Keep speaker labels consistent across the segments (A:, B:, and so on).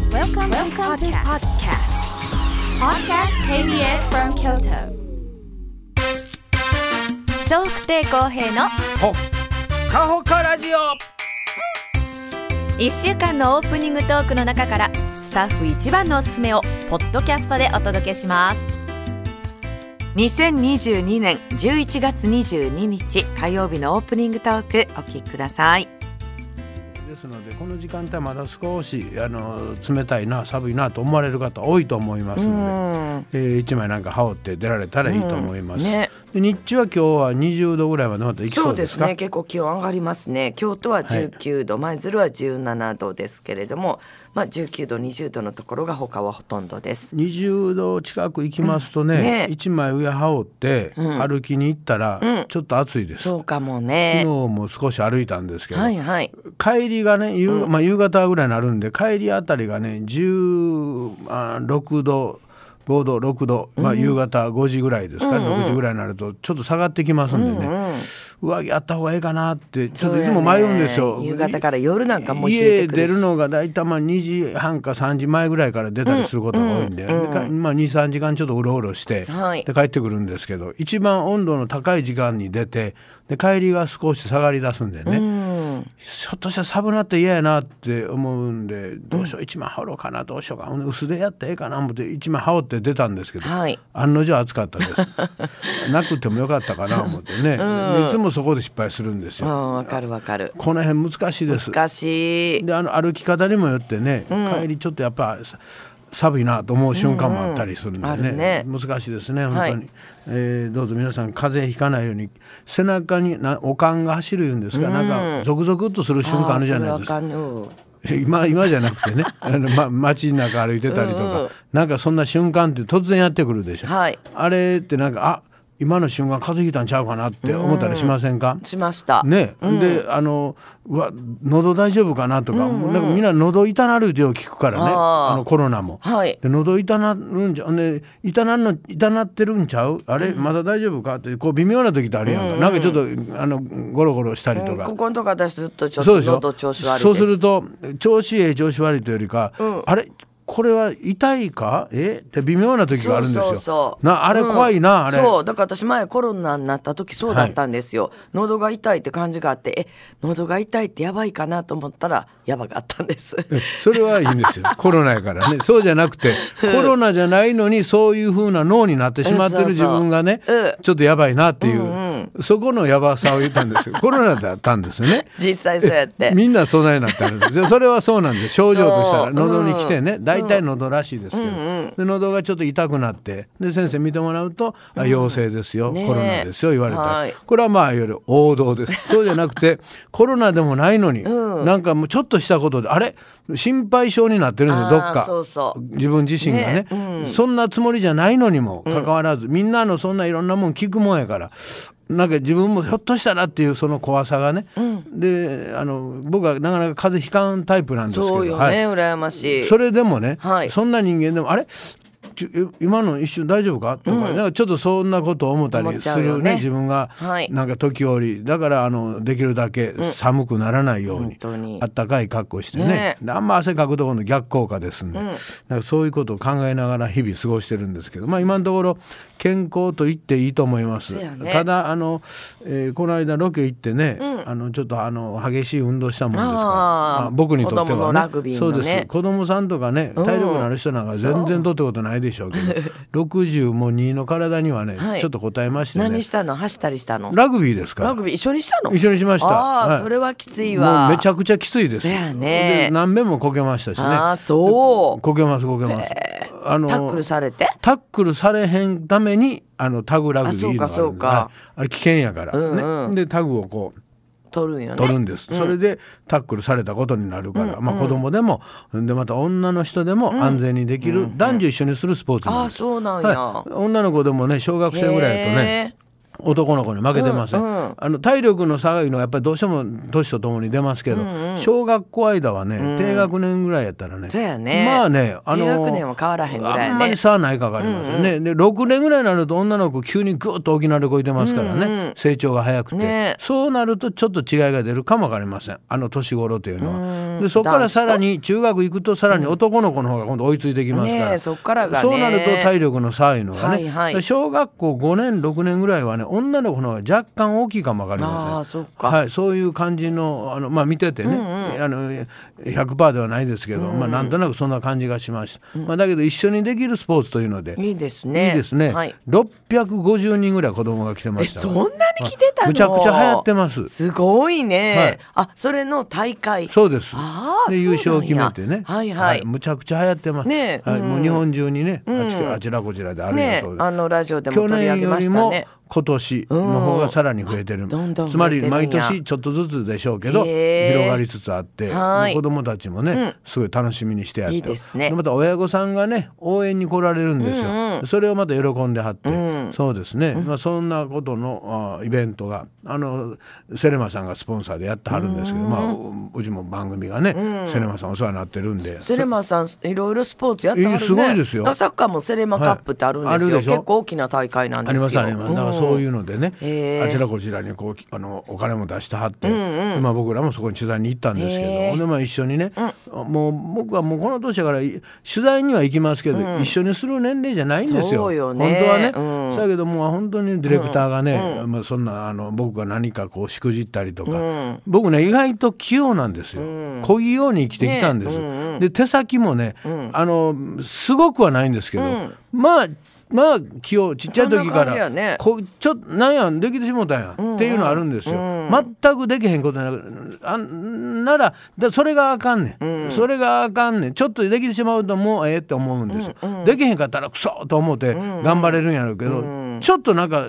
A: Welcome, to podcast.
B: Welcome to Podcast KBS from Kyoto.
A: 笑福亭公平の
C: ほっかほかラジオ
A: 1週間のオープニングトークの中からスタッフ一番のおすすめをポッドキャストでお届けします
D: 2022年11月22日火曜日のオープニングトークお聞きください
C: ですのでこの時間帯まだ少しあの冷たいな寒いなと思われる方多いと思いますので、えー一枚なんか羽織って出られたらいいと思います、
E: うんね
C: で日中は今日は20度ぐらいまでまた行き
E: そ
C: そううで
E: ですす
C: か
E: ね結構気温上がりますね京都は19度、舞鶴は17度ですけれども、まあ、19度20度のところが他はほとんどです
C: 20度近く行きますとね,、
E: うんね
C: 一枚上羽織って歩きに行ったらちょっと暑いです、
E: そうかも
C: 昨日
E: ね
C: も少し歩いたんですけど、
E: はいはい
C: 帰りがね、夕まあ、夕方ぐらいになるんで帰りあたりがね16度5度6度、まあ、夕方5時ぐらいですか、6時ぐらいになるとちょっと下がってきますんでね、上着あった方がいいかなってちょっといつも迷うんですよ。
E: そうやね夕方から夜なんかもう冷え
C: 家
E: てくる
C: 出
E: し
C: るのが大体まあ2時半か3時前ぐらいから出たりすることが多いんで,で、かまあ、23時間ちょっとうろうろして、
E: はい
C: で帰ってくるんですけど一番温度の高い時間に出てで帰りが少し下がり出すんでね。ひょっとしたら寒なって嫌やなって思うんでどうしよう一枚羽織ろうかなどうしようかほんで薄手やったらええかな思って一枚羽織って出たんですけど、
E: はい
C: 案の定暑 かったですなくてもよかったかな思ってね、いつもそこで失敗するんです
E: う
C: よ。
E: んわかるわかる
C: この辺難しいです
E: 難しい
C: であの歩き方にもよってね、帰りちょっとやっぱさ寒いなと思う瞬間もあったりするんでね,、
E: うんうんあるね
C: 難しいですね本当に、
E: はい
C: えーどうぞ皆さん風邪ひかないように背中になおかんが走るいうんですか、なんかゾクゾクっとする瞬間あるじゃないですか
E: あーそれわかん
C: 今今じゃなくて ねあの、ま、街の中歩いてたりとか、なんかそんな瞬間って突然やってくるでしょ、
E: はい
C: あれってなんかあ今の瞬間風邪ひいたんちゃうかなって思ったりしませんか、
E: うんしました、
C: ね、であのうわ喉大丈夫かなとか,、もうなんかみんな喉痛なるでを聞くからね
E: あ
C: あ
E: ー
C: のコロナも。
E: はい
C: で喉痛なるんじゃね痛なんの痛なってるんちゃうあれ、まだ大丈夫かってこう微妙な時ってあるやんか、なんかちょっとあのゴロゴロしたりとか、
E: ここのとこ私ずっとちょっ
C: そう
E: と
C: でしょ
E: 喉調子悪いです
C: そうすると調子ええ調子悪いというよりか、あれこれは痛いかえって微妙な時があるんですよ
E: そうそうそう
C: なあれ怖いな、
E: うん
C: あれ
E: そうだから私前コロナになった時そうだったんですよ、喉が痛いって感じがあってえ喉が痛いってやばいかなと思ったらやばかったんです
C: それはいい んですよコロナやからねそうじゃなくてコロナじゃないのにそういうふうな脳になってしまって
E: うん
C: る
E: そう
C: 自
E: そう
C: 分がね
E: う
C: ちょっとやばいなっていう、そこのやばさを言ったんですよコロナだったんです よね。
E: 実際そうやって
C: みんなそないなってあるんですよ それはそうなんです症状とした
E: そ
C: ら
E: う
C: 喉に来てね大体喉らしいですけど、で喉がちょっと痛くなってで先生見てもらうと「あ陽性ですよ、
E: ねえ
C: コロナですよ」言われた、
E: はい
C: これはまあいわゆる王道ですそうじゃなくてコロナでもないのに、なんかもうちょっとしたことであれ心配症になってるんですよ
E: あー
C: どっか
E: そうそう
C: 自分自身がね
E: ねうん
C: そんなつもりじゃないのにもかかわらず、みんなのそんないろんなもん聞くもんやからなんか自分もひょっとしたらっていうその怖さがね、であの僕はなかなか風邪ひかんタイプなんですけど
E: そうよね、
C: はい
E: 羨ましい
C: それでもね、
E: はい
C: そんな人間でもあれちょえ今の一瞬大丈夫かとか,、なんかちょっとそんなことを思った
E: 思っ
C: り
E: ち
C: す
E: ゃうよ
C: る
E: ね
C: ね自分が
E: はい
C: なんか時折だからあのできるだけ寒くならないよう
E: 本
C: に,、
E: 当に
C: あったかい格好してね
E: ね
C: であんま汗かくところの逆効果ですんで、なんかそういうことを考えながら日々過ごしてるんですけど、まあ、今のところ健康と言っていいと思います、
E: そうやね
C: ただあの、えーこの間ロケ行ってね、あのちょっとあの激しい運動したもんですから
E: あー
C: まあ僕にとっては、ね、
E: 子供のラグビーのね
C: そうです子供さんとかね体力のある人なんか全然とってことないでしょうけ ど60も2の体にはね、
E: はい
C: ちょっと応えましてね
E: 何したの走ったりしたの
C: ラグビーですから
E: ラグビー一緒にしたの
C: 一緒にしました
E: ああ、
C: はい
E: それはきついわ
C: もうめちゃくちゃきついです
E: そやね
C: で何遍もこけましたしね
E: ああそう
C: こけますこけます、あの
E: タックルされて
C: タックルされへんためにあのタグラグビーのがあるんで
E: あそうかそうか
C: はいあれ危険やから、
E: うんうん
C: ね、でタグをこう
E: 取るんよね
C: 取るんです、それでタックルされたことになるから、まあ、子供でもでまた女の人でも安全にできる、男女一緒にするスポーツ
E: あ
C: なん
E: あ
C: です、
E: そうなんや、
C: はい、女の子でもね小学生ぐらいだとね
E: へえ
C: 男の子に負けてません、
E: うんうん
C: あの体力の差がいうのはやっぱりどうしても年とともに出ますけど、小学校間はね、低学年ぐらいやったらね
E: そうやね
C: まあねあの
E: 低学年は変わらへんぐらいね
C: あんまり差はないかかりますよね、で6年ぐらいになると女の子急にグーッと沖縄でこいてますからね、成長が早くて、
E: ね
C: そうなるとちょっと違いが出るかもわかりませんあの年頃というのは、
E: うん
C: でそこからさらに中学行くとさらに男の子の方が今度追いついてきますから、
E: ねえそっからがね
C: そうなると体力の差いうのがね、
E: はいはい
C: で小学校5年6年ぐらいはね女の子の方が若干大きいかもわかりません
E: ああそっか
C: はい、そういう感じのあの、まあ、見ててね、あの100%ではないですけど、まあ、なんとなくそんな感じがしました、まあ、だけど一緒にできるスポーツというので
E: いいですね
C: いいですね、
E: はい
C: 650人ぐらい子供が来てま
E: え
C: した
E: そんなに来てたの
C: むちゃくちゃ流行ってます
E: すごいね、
C: はい
E: あそれの大会
C: そうです
E: ああ
C: で
E: そう
C: 優
E: なんや
C: 勝を決めてね、
E: はいはい
C: むちゃくちゃ流行ってます、
E: ねえ
C: はい
E: うん
C: もう日本中にね、あち
E: うん
C: こあちらこちらである
E: ね
C: そうです
E: あのラジオで
C: 去
E: も取り上
C: 年
E: げ
C: よ
E: ま
C: り
E: した
C: も
E: ね
C: 今年の方がさらに増えてる、
E: んどんどん
C: つま
E: 増え
C: り
E: てるんや
C: 毎年ちょっとずつでしょうけど
E: へえ
C: 広がりつつあって
E: はい
C: 子供たちもね、すごい楽しみにしてやって
E: いいですね
C: また親御さんがね応援に来られるんですよ、それをまた喜んではって、そうですね、まあ、そんなことのあイベントがあのセレマさんがスポンサーでやってはるんですけど、まあ、ううちも番組がね、セレマさんお世話になってるんで
E: セレマさんいろいろスポーツやってはるね
C: いやすごいですよ
E: サッカーもセレマカップってあるんですよ、
C: はいあるでしょ
E: 結構大きな大会なんで
C: あ
E: す
C: り
E: よ
C: ますありますだからそういううのでね、
E: へえ
C: あちらこちらにこうあのお金も出してはって、まあ、僕らもそこに取材に行ったんですけど、
E: へえ
C: でまあ、一緒にね、もう僕はもうこの年だからい取材には行きますけど、一緒にする年齢じゃないんですよ
E: そうよね
C: 本当はね、
E: うん
C: だけどもう本当にディレクターがね、まあ、そんなあの僕が何かこうしくじったりとか、僕ね意外と器用なんですよ、こういうように生きてきたんです、で手先もね、あのすごくはないんですけど、まあまあ器用ちっちゃい時
E: そんな
C: か
E: 感じ
C: ら、
E: やね
C: こうちょっとなんやできてしもたんや、っていうのあるんですよ、全くできへんことなくあんならだそれがあかんねん、それがあかんねんちょっとできてしまうともうええって思うんですよ、できへんかったらクソと思って頑張れるんやろうけど、ちょっとなんか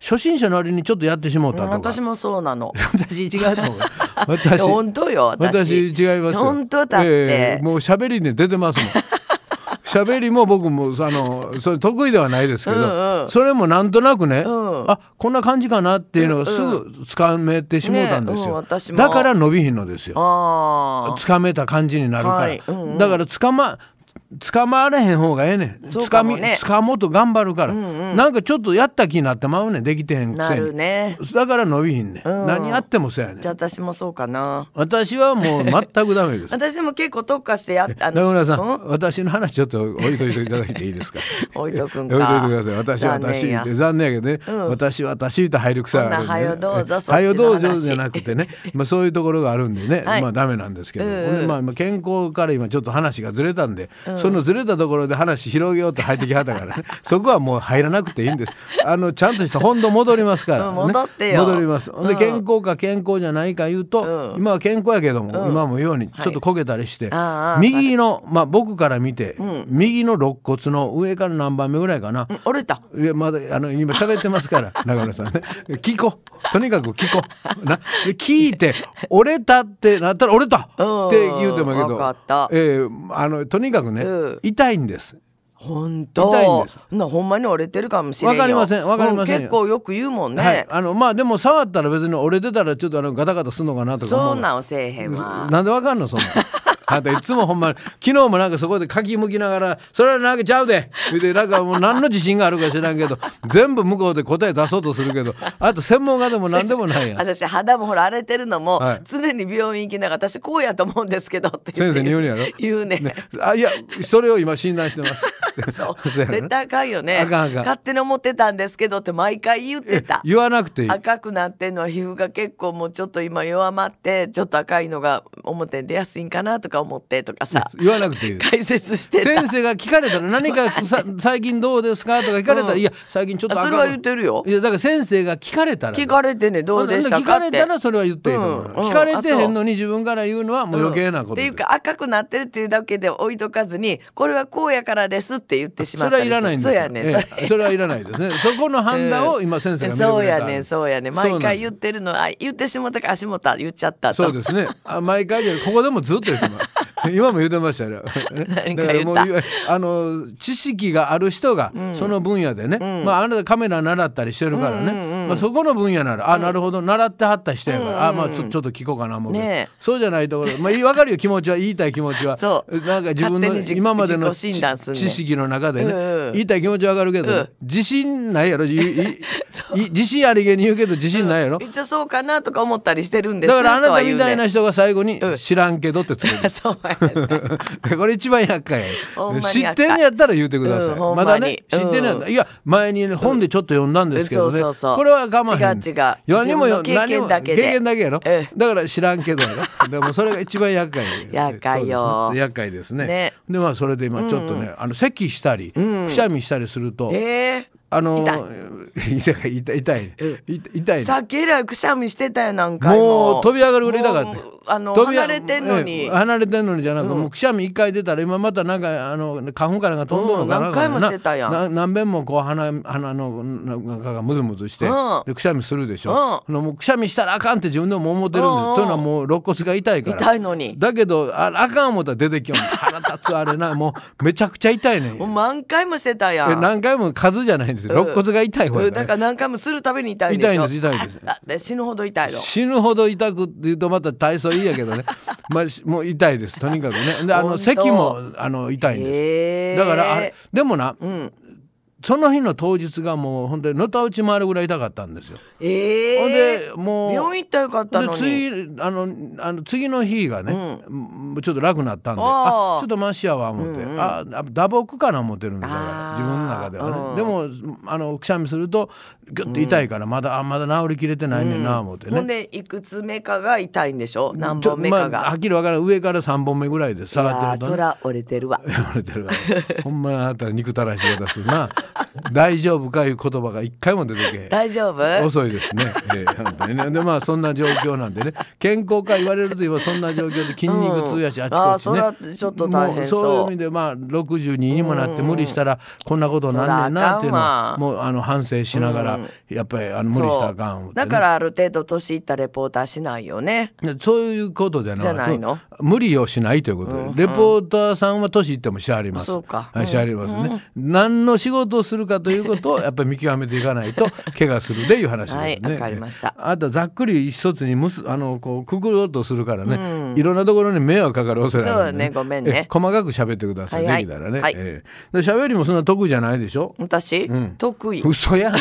C: 初心者の割にちょっとやってしもうたとか、
E: 私もそうなの
C: 私違うと思う 私
E: 本当よ
C: 私
E: 私
C: 違いますよ
E: 本当だって
C: ええもう喋りに出てます もん喋りも僕もあのそれ得意ではないですけど、
E: うんうん
C: それもなんとなくね、
E: ん
C: あこんな感じかなっていうのがすぐつかめてしもうたんですよ、
E: ねうん私も
C: だから伸びひんのですよ
E: あ
C: つかめた感じになるから、
E: はいうんうん
C: だからつかま掴まれへん方がええねん
E: そう
C: つ
E: か
C: か
E: も
C: み
E: ね
C: つかもうと頑張るから、なんかちょっとやった気になってまうねんできてへん
E: あ
C: く
E: な
C: せに、
E: るね
C: だから伸びひんねん、
E: うん
C: 何やってもそうやねん
E: じゃあ私もそうかな
C: 私はもう全くダメです。
E: 私でも結構特化してやっあ
C: 中村さん、
E: う
C: 私の話ちょっと置いといていただいていいですか。
E: 置いとくんか
C: 置いといてください。私は私
E: 残念や
C: って残念やけどね、私は私って入る癖があるんで、ね。
E: ほんならはよどうぞそっちの話
C: はよどうぞじゃな くてね、まあそういうところがあるんでね、
E: はい
C: まあダメなんですけど、
E: うんうん
C: ほんでまあまあ健康から今ちょっと話がずれたんで、そのずれたところで話広げようと入ってきはったか らね、そこはもう入らなくていいんです。あのちゃんとした本土戻りますから、ね
E: うん 戻ってよ
C: 戻ります。ほんで健康か健康じゃないか言うと、
E: うん
C: 今は健康やけども、今も言うようにちょっと焦げたりして、
E: ああ
C: 右の、まあ、僕から見て、右の肋骨の上から何番目ぐらいかな、
E: ん折れた
C: いやまだあの今喋ってま すから中村さんね聞こうとにかく聞こうなで聞いて「折れた」ってなったら「折れた!」って言うてもいいけ
E: うん
C: ど、
E: わかった
C: ええあのとにかくね、
E: うん
C: 痛いんです。
E: 本
C: 痛いん
E: 当
C: です
E: なほんまに折れてるかもしれんよ
C: わかりませんわかりません
E: う結構よく言うもんね、
C: はい、あのまあでも触ったら別に折れてたらちょっとあのガタガタするのかなとか思
E: そうう
C: の
E: なんせえへんわ
C: なんでわかんのそんなんあんたいつもほんま昨日もなんかそこでかきむきながら「それは投げちゃうで」でなんかもう何の自信があるか知らんけど全部向こうで答え出そうとするけどあと専門家でも何でもないやん
E: 私肌もほら荒れてるのも、
C: はい
E: 常に病院行きながら私こうやと思うんですけどって言
C: 先
E: って
C: 生に言うのやろ
E: 言うね
C: あいやそれを今診断してます
E: そう
C: そうやろ
E: 絶対あかんよね
C: あかんあかん
E: 勝手に思ってたんですけどって毎回言ってた
C: 言わなくていい
E: 赤くなってんのは皮膚が結構もうちょっと今弱まってちょっと赤いのが表に出やすいんかなとか思ってとかさ
C: 言わなくて いいです
E: 解説してた
C: 先生が聞かれたら何かさ最近どうですかとか聞かれたら、
E: うん
C: いや最近ちょっと
E: あ
C: あか
E: そ
C: ん
E: れは言ってるよ
C: いやだから先生が聞かれたら
E: 聞かれてねどうでした
C: 聞
E: か
C: か
E: って
C: れたらそれは言っていいと思う、
E: うんうん
C: 聞かれてへんのに自分から言うのはもう余計なこと
E: って
C: で
E: いうか赤くなってるっていうだけで置いとかずにこれはこうやからですって言ってし
C: そ
E: まっ
C: れ
E: た
C: は
E: り
C: いらないんですよ
E: そうやねんそれ
C: ええそれはいらないですねそこの判断を今先生が見てくれた
E: そうやねんそうやねん毎回言
C: っ
E: ってるのあ言ってしもたか足もた言っちゃったと
C: そうですねあ毎回じゃないここでもずっと言っ てます今も言ってましたよ、ね、
E: 何か言った
C: だらもういわあの知識がある人がその分野でね、まああなたカメラ習ったりしてるからね、まあ、そこの分野なら、あなるほど習ってはった人やから、あまあちょちょっと聞こうかな思うけど、
E: ねえ
C: そうじゃないところ、まあ、分かるよ気持ちは言いたい気持ちは
E: そう
C: なんか自分
E: 勝
C: の
E: 手に自
C: 今までの
E: 自己診断すんねん
C: 知識の中でね、
E: うんうん
C: 言いたい気持ちは分かるけど、
E: うん
C: 自信ないやろ いいい自信ありげに言うけど自信ないやろ、
E: 一応そうかなとか思ったりしてるんです
C: だからあなたみたいな
E: 人
C: 人が最後に
E: うん
C: 「知らんけど」ってつ ける
E: そうなんですね
C: これ一番厄介
E: ほんまに厄
C: 知
E: 介
C: ってんのやったら言うてください、
E: うんほんま
C: ま
E: に
C: だね知ってんのやったら、いや前にね本でちょっと読んだんですけどね、
E: うんそうそうそう
C: これは我慢へん
E: 違う違う
C: 何もよ
E: 自分の経験だけで
C: 何も経験だけやろ、
E: ええ
C: だから知らんけどや ろでもそれが一番厄介
E: 厄介よ
C: そうですね厄介ですね
E: ね
C: でまあそれで今ちょっとね、あの咳したり、くしゃみしたりすると、
E: え
C: あの 痛い痛い痛い痛い痛い
E: ー、
C: ね
E: さっき以来くしゃみしてたやなんか
C: もう飛び上がるぐらいだからって
E: もうあの
C: 飛び上
E: 離れてんのに、
C: ええ離れてんのにじゃなく、もうくしゃみ一回出たら今またなんかあの花粉かなんか飛んどるのかな、
E: うん何回もしてたやん
C: な何遍もこう鼻鼻の中がムズムズして、
E: うん
C: でくしゃみするでしょ、うもうくしゃみしたらあかんって自分でも思ってるんで
E: う
C: す、
E: んうん
C: というのはもう肋骨が痛いから
E: 痛いのに
C: だけどああかん思ったら出てきよん腹立つあれなもうめちゃくちゃ痛いね
E: もうん満回もしてたや
C: え
E: ん
C: 何回も数じゃないんですよ肋骨が痛い方
E: う
C: や
E: ん
C: か
E: だ
C: ら
E: から何回もするたびに痛いでしょ
C: 痛いんです痛いんです
E: あで死ぬほど痛いの
C: 死ぬほど痛くって言うとまた体操いいやけど ねまあしもう痛いですとにかくねであ
E: 本
C: の
E: 当
C: 咳もあの痛いんです、
E: へー
C: だからあれでもな、
E: ん
C: その日の当日がもう本当にのたうち回るぐらい痛かったんですよ、
E: えー、
C: ほんでもう
E: 病院行ったらよかったの
C: で
E: に
C: 次あのあの次の日がね、うんちょっと楽になったんで
E: あ
C: あ
E: ー
C: ちょっとマシやわ思って、ああ打撲かな思ってるんだから
E: あー
C: 自分の中で
E: う
C: は
E: ん
C: ね、でもあのくしゃみするとぐっと痛いからまだ、あまだ治りきれてないねんな思ってね、
E: ほんでいくつ目かが痛いんでしょ何本目か
C: ちょまあは
E: が
C: っ、きり分からん上から3本目ぐらいで下が
E: あ
C: っ
E: あ
C: て
E: ー
C: ると、
E: そ
C: ね、
E: ら折れてるわ
C: 言われてるからほんまにあなた憎たらしい方するな 大丈夫かいう言葉が一回も出てけへん
E: 大 丈夫
C: 遅いですね。えー本当にねでまあそんな状況なんでね健康か言われると今そんな状況で筋肉痛やし、
E: うん
C: あちこちね
E: あーそれはちょっと大変
C: もう
E: そう
C: そういう意味でまあ62にもなって無理したらこんなことなんねんなっていうのはもうあの反省しながら、やっぱりあの無理したらあかん思ってね、
E: だからある程度年いったレポーターしないよね
C: いやそういうことじゃなくて
E: じゃないの
C: 無理をしないということで、レポーターさんは年いってもしゃあります
E: そうか
C: はい、しゃありますね、何の仕事をするかということをやっぱり見極めていかない と怪我するでいう話ですね、
E: はいわかりました
C: あとはざっくり一つにむすあのこうくくろうとするからね、いろんなところに迷惑かかる恐れあるんで、
E: そうねごめんね
C: え細かく喋ってください、
E: はいはい
C: できたらね、
E: はい
C: ええで喋りもそんな得意じゃないでしょ
E: 私、
C: ん
E: 得意
C: 嘘やん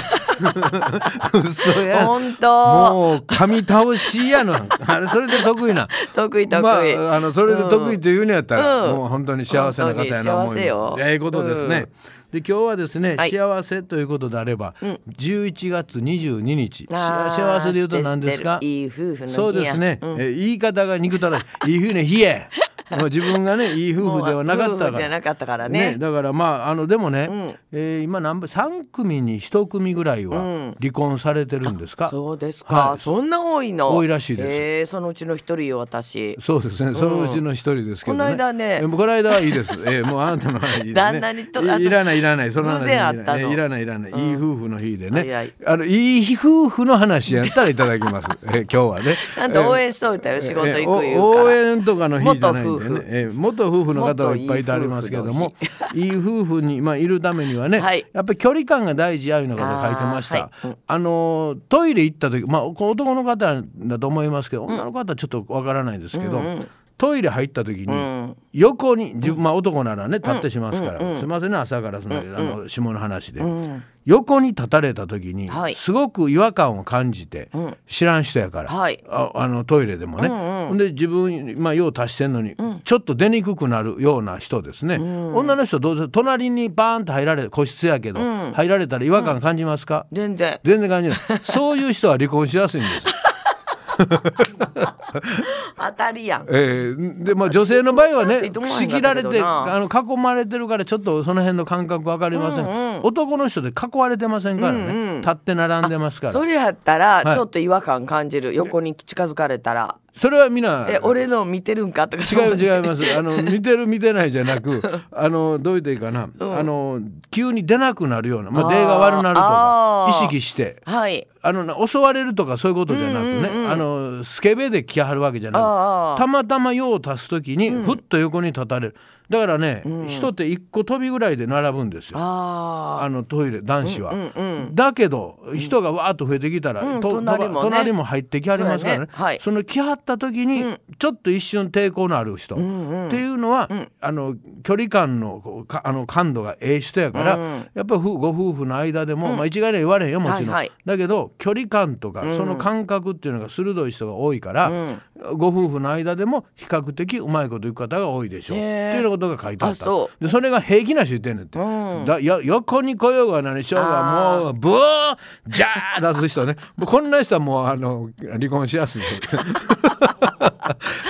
C: 嘘やん
E: 本当
C: もう噛み倒しやのあれそれで得意な
E: 得意得意、
C: まあ、あのそれで得意というのやったら、
E: うん
C: もう本当に幸せな方やな
E: 本
C: 思
E: 当に幸
C: い
E: せよ
C: ますええことですね、で今日はですね、
E: はい
C: 幸せということであれば、11月22日し
E: あー
C: 幸せで言うと何ですか
E: 知ってる知ってるいい夫婦の日や
C: そうですね、えー言い方が憎たらしいいい夫婦の 日やもう自分がねいい夫婦ではなかったか
E: もう
C: ら
E: 夫婦じゃなかったからね
C: だからまああのでもね、えー今何3組に1組ぐらいは離婚されてるんですか、
E: そうですか、
C: はい
E: そんな多いの
C: 多いらしいです
E: えー、そのうちの一人よ私
C: そうですね、そのうちの一人ですけどね。
E: この間ね
C: えもうこの間はいいです。えーもうあなたの話いいですね。
E: 旦那にとあの
C: いいらないいらないその話
E: 偶然あったの
C: えーいらないいらない、いい夫婦の日でね。
E: はいはい
C: あのいい夫婦の話やったらいただきます。えー今 日はね。
E: あんた応援しといたよ、仕事行く
C: え
E: 言
C: ーお
E: うから
C: 応援とかの日じゃない
E: 元夫
C: んでね
E: 婦
C: えー元夫婦の方はいっぱいいてありますけ どもいい夫婦に、まあ、いるためにはね、
E: はい
C: やっぱり距離感が大事やいうのが書いてましたあ、
E: あーは
C: のートイレ行った時、まあ、こう男の方だと思いますけど女の方はちょっとわからないですけど、トイレ入った時に、横に自分、まあ、男ならね立ってしますから、すいませんね朝からその,、あの下の話で、横に立たれた時に、
E: はい
C: すごく違和感を感じて、知らん人やから、
E: はい
C: ああのトイレでもね、ほんで自分、まあ、用足してんのに、ちょっと出にくくなるような人ですね、女の人どうせ隣にバーンと入られ個室やけど、入られたら違和感感じますか、
E: 全然
C: 全然感 じないそういう人は離婚しやすいんです
E: 当たりやん
C: えーでまあ女性の場合は
E: そう
C: ね
E: そう
C: 仕切られ
E: どうも
C: て
E: なんだ
C: あの囲まれてるからちょっとその辺の感覚わかりません、男の人で囲われてませんからね、立って並んでますから
E: そ
C: それ
E: れやった
C: は
E: ら
C: い
E: ちょっと違和感感じる、横に近づかれたら
C: は皆
E: 「え俺の見てるんか?」とか
C: 違う違いますあの見てる見てないじゃな くあのどう言っていいかな、あの急に出なくなるような、まあ、
E: あー
C: 出が悪なると
E: あ
C: か意
E: ー
C: 識して
E: はい
C: あのな襲われるとかそういうことじゃなくね、あのスケベで来はるわけじゃな
E: あー
C: くたまたま用を足す時にふっと横に立たれる、だからね、人って一個飛びぐらいで並ぶんですよ。
E: あ
C: あのトイレ男子は、
E: うんうんう
C: だけど人がわーっと増えてきたら、
E: うん
C: と
E: 隣もね
C: 隣も入ってきはりますから
E: そうやね
C: ね
E: はい
C: その来はった時に、ちょっと一瞬抵抗のある人、っていうのは、あの距離感のこうかあの感度がええ人やから、やっぱり夫ご夫婦の間でも、まあ、一概には言われへんよもちろん、
E: はいはい
C: だけど距離感とか、その感覚っていうのが鋭い人が多いから、ご夫婦の間でも比較的うまいこといく方が多いでしょう、
E: へえ
C: っていうようなことが書いてあった
E: あそう
C: でそれが平気な人言ってんねんって、だよ横に来ようが何しよう
E: あ
C: がもうブーじゃー出す人ねもうこんな人はもうあの離婚しやすい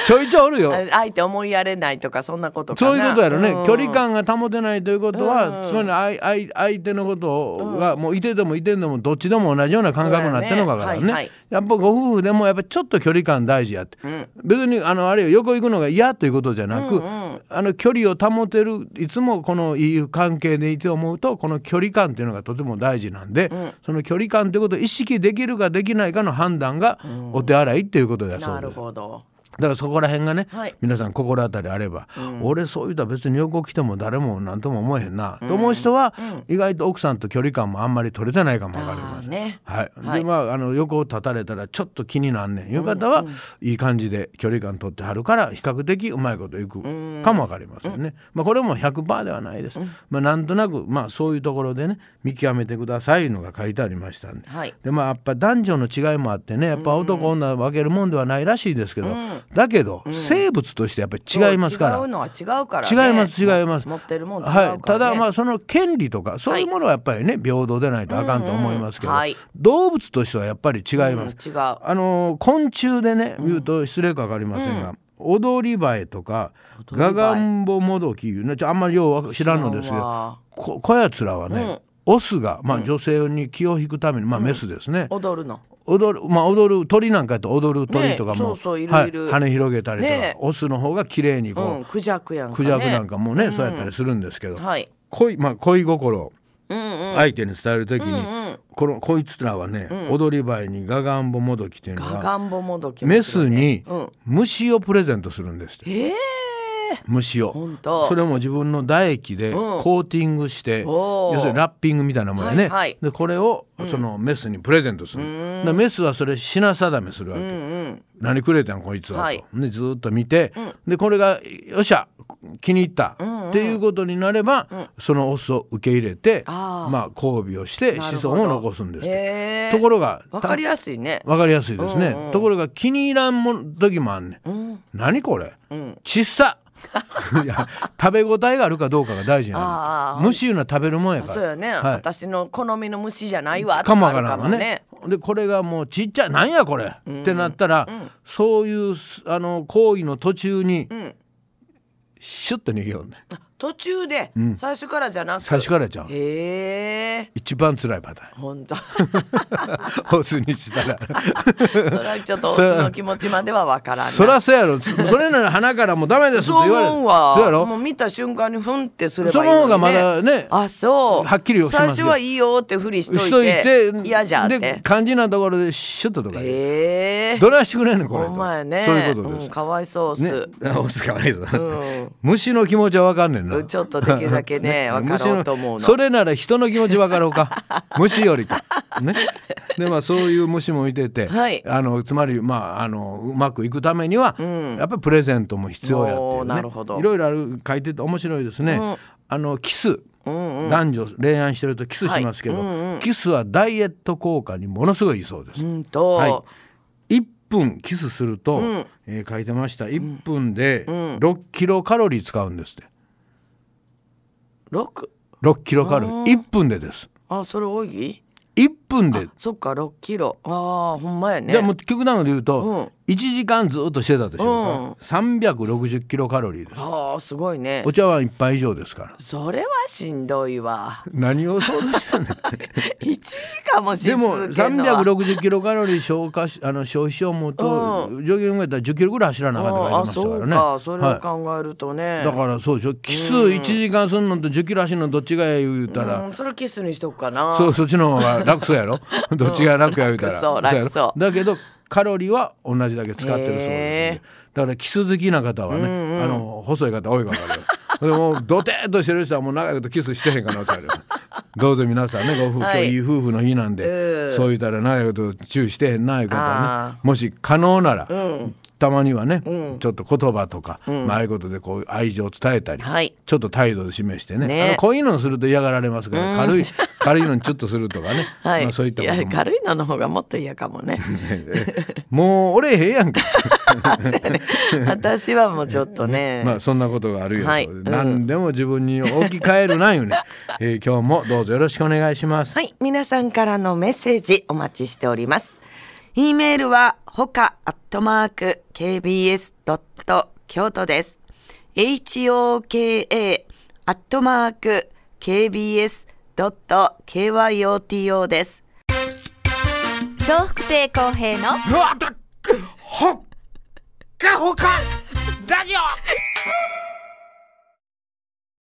C: ちょいちょいおるよ
E: あ相手思いやれないとかそんなことかな
C: そういうことやろね、
E: ん
C: 距離感が保てないということは、つまり相相相手のことが、もういててもいてんでもどっちでも同じような感覚になってるのかからね
E: そうやねはいはい
C: やっぱご夫婦でもやっぱちょっと距離感大事やって、別にあのあれよ横行くのが嫌ということじゃなく、あの距離を保てるいつもこのいい関係でいて思うとこの距離感っていうのがとても大事なんで、その距離感ということを意識できるかできないかの判断がお手洗いっていうことだそう
E: な
C: で
E: る
C: す。
E: ほど
C: だからそこら辺がね、
E: はい
C: 皆さん心当たりあれば、俺そういうたら別に横来ても誰も何とも思えへんな、と思う人は、意外と奥さんと距離感もあんまり取れてないかもわかりませ
E: あ
C: ん。
E: ーね
C: はい、
E: はい
C: でまああの横を立たれたらちょっと気になんねんいう方は、いい感じで距離感取ってはるから比較的うまいこといくかもわかりませんね。まあ、これも100%ではないです。まあ、なんとなく、まあ、そういうところでね見極めてくださいのが書いてありましたんで。
E: はい
C: でまあやっぱ男女の違いもあってねやっぱ男女分けるもんではないらしいですけど、だけど、生物としてやっぱり違いますから。
E: 違うのは違うから、ね、
C: 違います違います
E: 持ってるもん違うから、ね
C: はい、ただまあその権利とかそういうものはやっぱりね、平等でないとあかんと思いますけど、
E: うんうんはい
C: 動物としてはやっぱり違います、
E: うん違う
C: あのー昆虫でね言うと失礼かわかりませんが、踊りバエとか
E: 踊りバ
C: ガ
E: エ
C: ガンボモドキいうねちょあんまりようわ知らんのですけ
E: 知らん
C: ど
E: わ
C: ここやつらはね、オスが、まあ、女性に気を引くために、まあ、メスですね、
E: 踊るの
C: 踊るまあ踊る鳥なんかやと踊る鳥とか
E: ねえ
C: も、
E: そうそういる
C: はい
E: る
C: 羽広げたりとか、
E: ねえ
C: オスの方が綺麗にこう、
E: うんクジャクやんか、ね、
C: クジャクなんかもね、そうやったりするんですけど、
E: はい
C: 恋まあ恋心を
E: うんうん
C: 相手に伝える時に、このこいつらはね、踊り場合にガガンボもどきっていうの
E: ガ
C: は
E: ガンボもどきも
C: メスに
E: うん
C: 虫をプレゼントするんですって、
E: ええ
C: 虫を
E: 本当
C: それも自分の唾液でコーティングして、
E: おー
C: 要するにラッピングみたいなもんや
E: は
C: ね、
E: いはい
C: でこれをそのメスにプレゼントする、でメスはそれ品定めするわけ、何くれたんこいつはと、
E: はい
C: でずーっと見て、でこれがよっしゃ気に入った、っていうことになれば、そのオスを受け入れて
E: あー
C: まあ交尾をして
E: な
C: 子
E: るほど
C: 孫を残すんですって、
E: へえ
C: ところが
E: わかりやすいね
C: わかりやすいですね、
E: うんうん
C: ところが気に入らんもん時もあんねん、何これ、ちっさ いや食べ応えがあるかどうかが大事
E: あ
C: な
E: あ
C: の虫いうのは食べるもんやから
E: そうよね、
C: はい、
E: 私の好みの虫じゃないわ
C: かもわ
E: と
C: から
E: ある
C: んわねでこれがもうちっちゃいなんやこれ、ってなったら、そういうすあの行為の途中に、
E: ん
C: シュッと逃げようね
E: 途中で、最初からじゃなく
C: 最初からじゃん
E: へえ
C: 一番辛い パタ
E: 本 当そ
C: ーンオスにしたら
E: れはちょっとオスの気持ちまではわからない
C: そらそうやろそれなら鼻からもうダメですって
E: そう
C: 言われる
E: 思うわ
C: そうやろ
E: もう見た瞬間にふんってすればいい
C: その方がまだね
E: あそう
C: はっきりしますよ
E: 最初はいいよってふりしと
C: しといて
E: いて嫌じゃっ
C: で
E: て
C: 肝心なところでシュッととか言う
E: へえ
C: どないしてくれんねんこれ
E: お
C: と
E: 前ね
C: そういうことです、
E: んかわいそうオス、
C: ね、オスかわいそう、虫の気持ちはわかんねんな
E: ちょっとできるだけ ねわか
C: 虫
E: ろ
C: の
E: うと思うの
C: それなら人の気持ちわかろうか 虫よりかねでまあそういう虫もいてて、
E: はい
C: あのつまりまああのうまくいくためには、やっぱりプレゼントも必要やってい
E: お
C: う
E: ー
C: ね
E: なるほど
C: いろいろある書いてて面白いですね、あのキス男女恋愛してるとキスしますけど、キスはダイエット効果にものすごいいいそうです。
E: うんと、
C: はい、1分キスすると、えー書いてました1分で6キロカロリー使うんですって
E: 六
C: 6キロカロリー1分でです
E: あそれ多い
C: 1分で
E: そっか6キロああほんまやね
C: じゃあもう極端なので言うと、1時間ずっとしてたでし
E: うん
C: ょうか、360キロカロリーです
E: ああすごいね
C: お茶碗一杯以上ですから
E: それはしんどいわ
C: 何を想像したんだって
E: 1時間もし
C: でも
E: 続けんのは
C: 360キロカロリー消化しあの消費しよう思うと、ジョギングやったら10キロぐらい走らなあかったって書いてましたからね
E: ああそうかそれ
C: は
E: を
C: い
E: 考えるとね、
C: だからそうでしょ奇数1時間すんのと10キロ走るのどっちがええ言うたら、
E: うん、それキスにしとくかな
C: そうそっちの方が楽そう やろどっちが楽や言うたら、
E: 楽そう楽そう
C: やろだけどカロリーは同じだけ使ってるそうです、ね
E: へ
C: だからキス好きな方はね、あの細い方多いから分かるよ でもドテッとしてる人はもう長いことキスしてへん可能性あ るよどうぞ皆さんねご夫婦、
E: はい
C: 今日いい夫婦の日なんで、
E: うん
C: そう言ったら長いこと注意してへんない方は
E: あ
C: ねもし可能なら、たまにはね、ちょっと言葉とか、まあああいうことでこう愛情を伝えたり、
E: はい
C: ちょっと態度を示してね
E: ね
C: あのこういうのをすると嫌がられますから軽い軽いのにちょっとするとかね、
E: はい、
C: まあ、そういったこと
E: や
C: も
E: 軽いのの方がもっと嫌かも ね
C: もう俺ええや んか
E: 私はもうちょっとね、
C: まあそんなことがあるよ、
E: はい
C: そうで何でも自分に置き換えるな んよね、えー今日もどうぞよろしくお願いします
E: はい、皆さんからのメッセージお待ちしております。e メールはほかアットマーク kbs ドット京都です。h o k a アットマーク kbs ドット k y o t o です。
A: 笑福亭公平の
C: うわだっほっかほかラジオ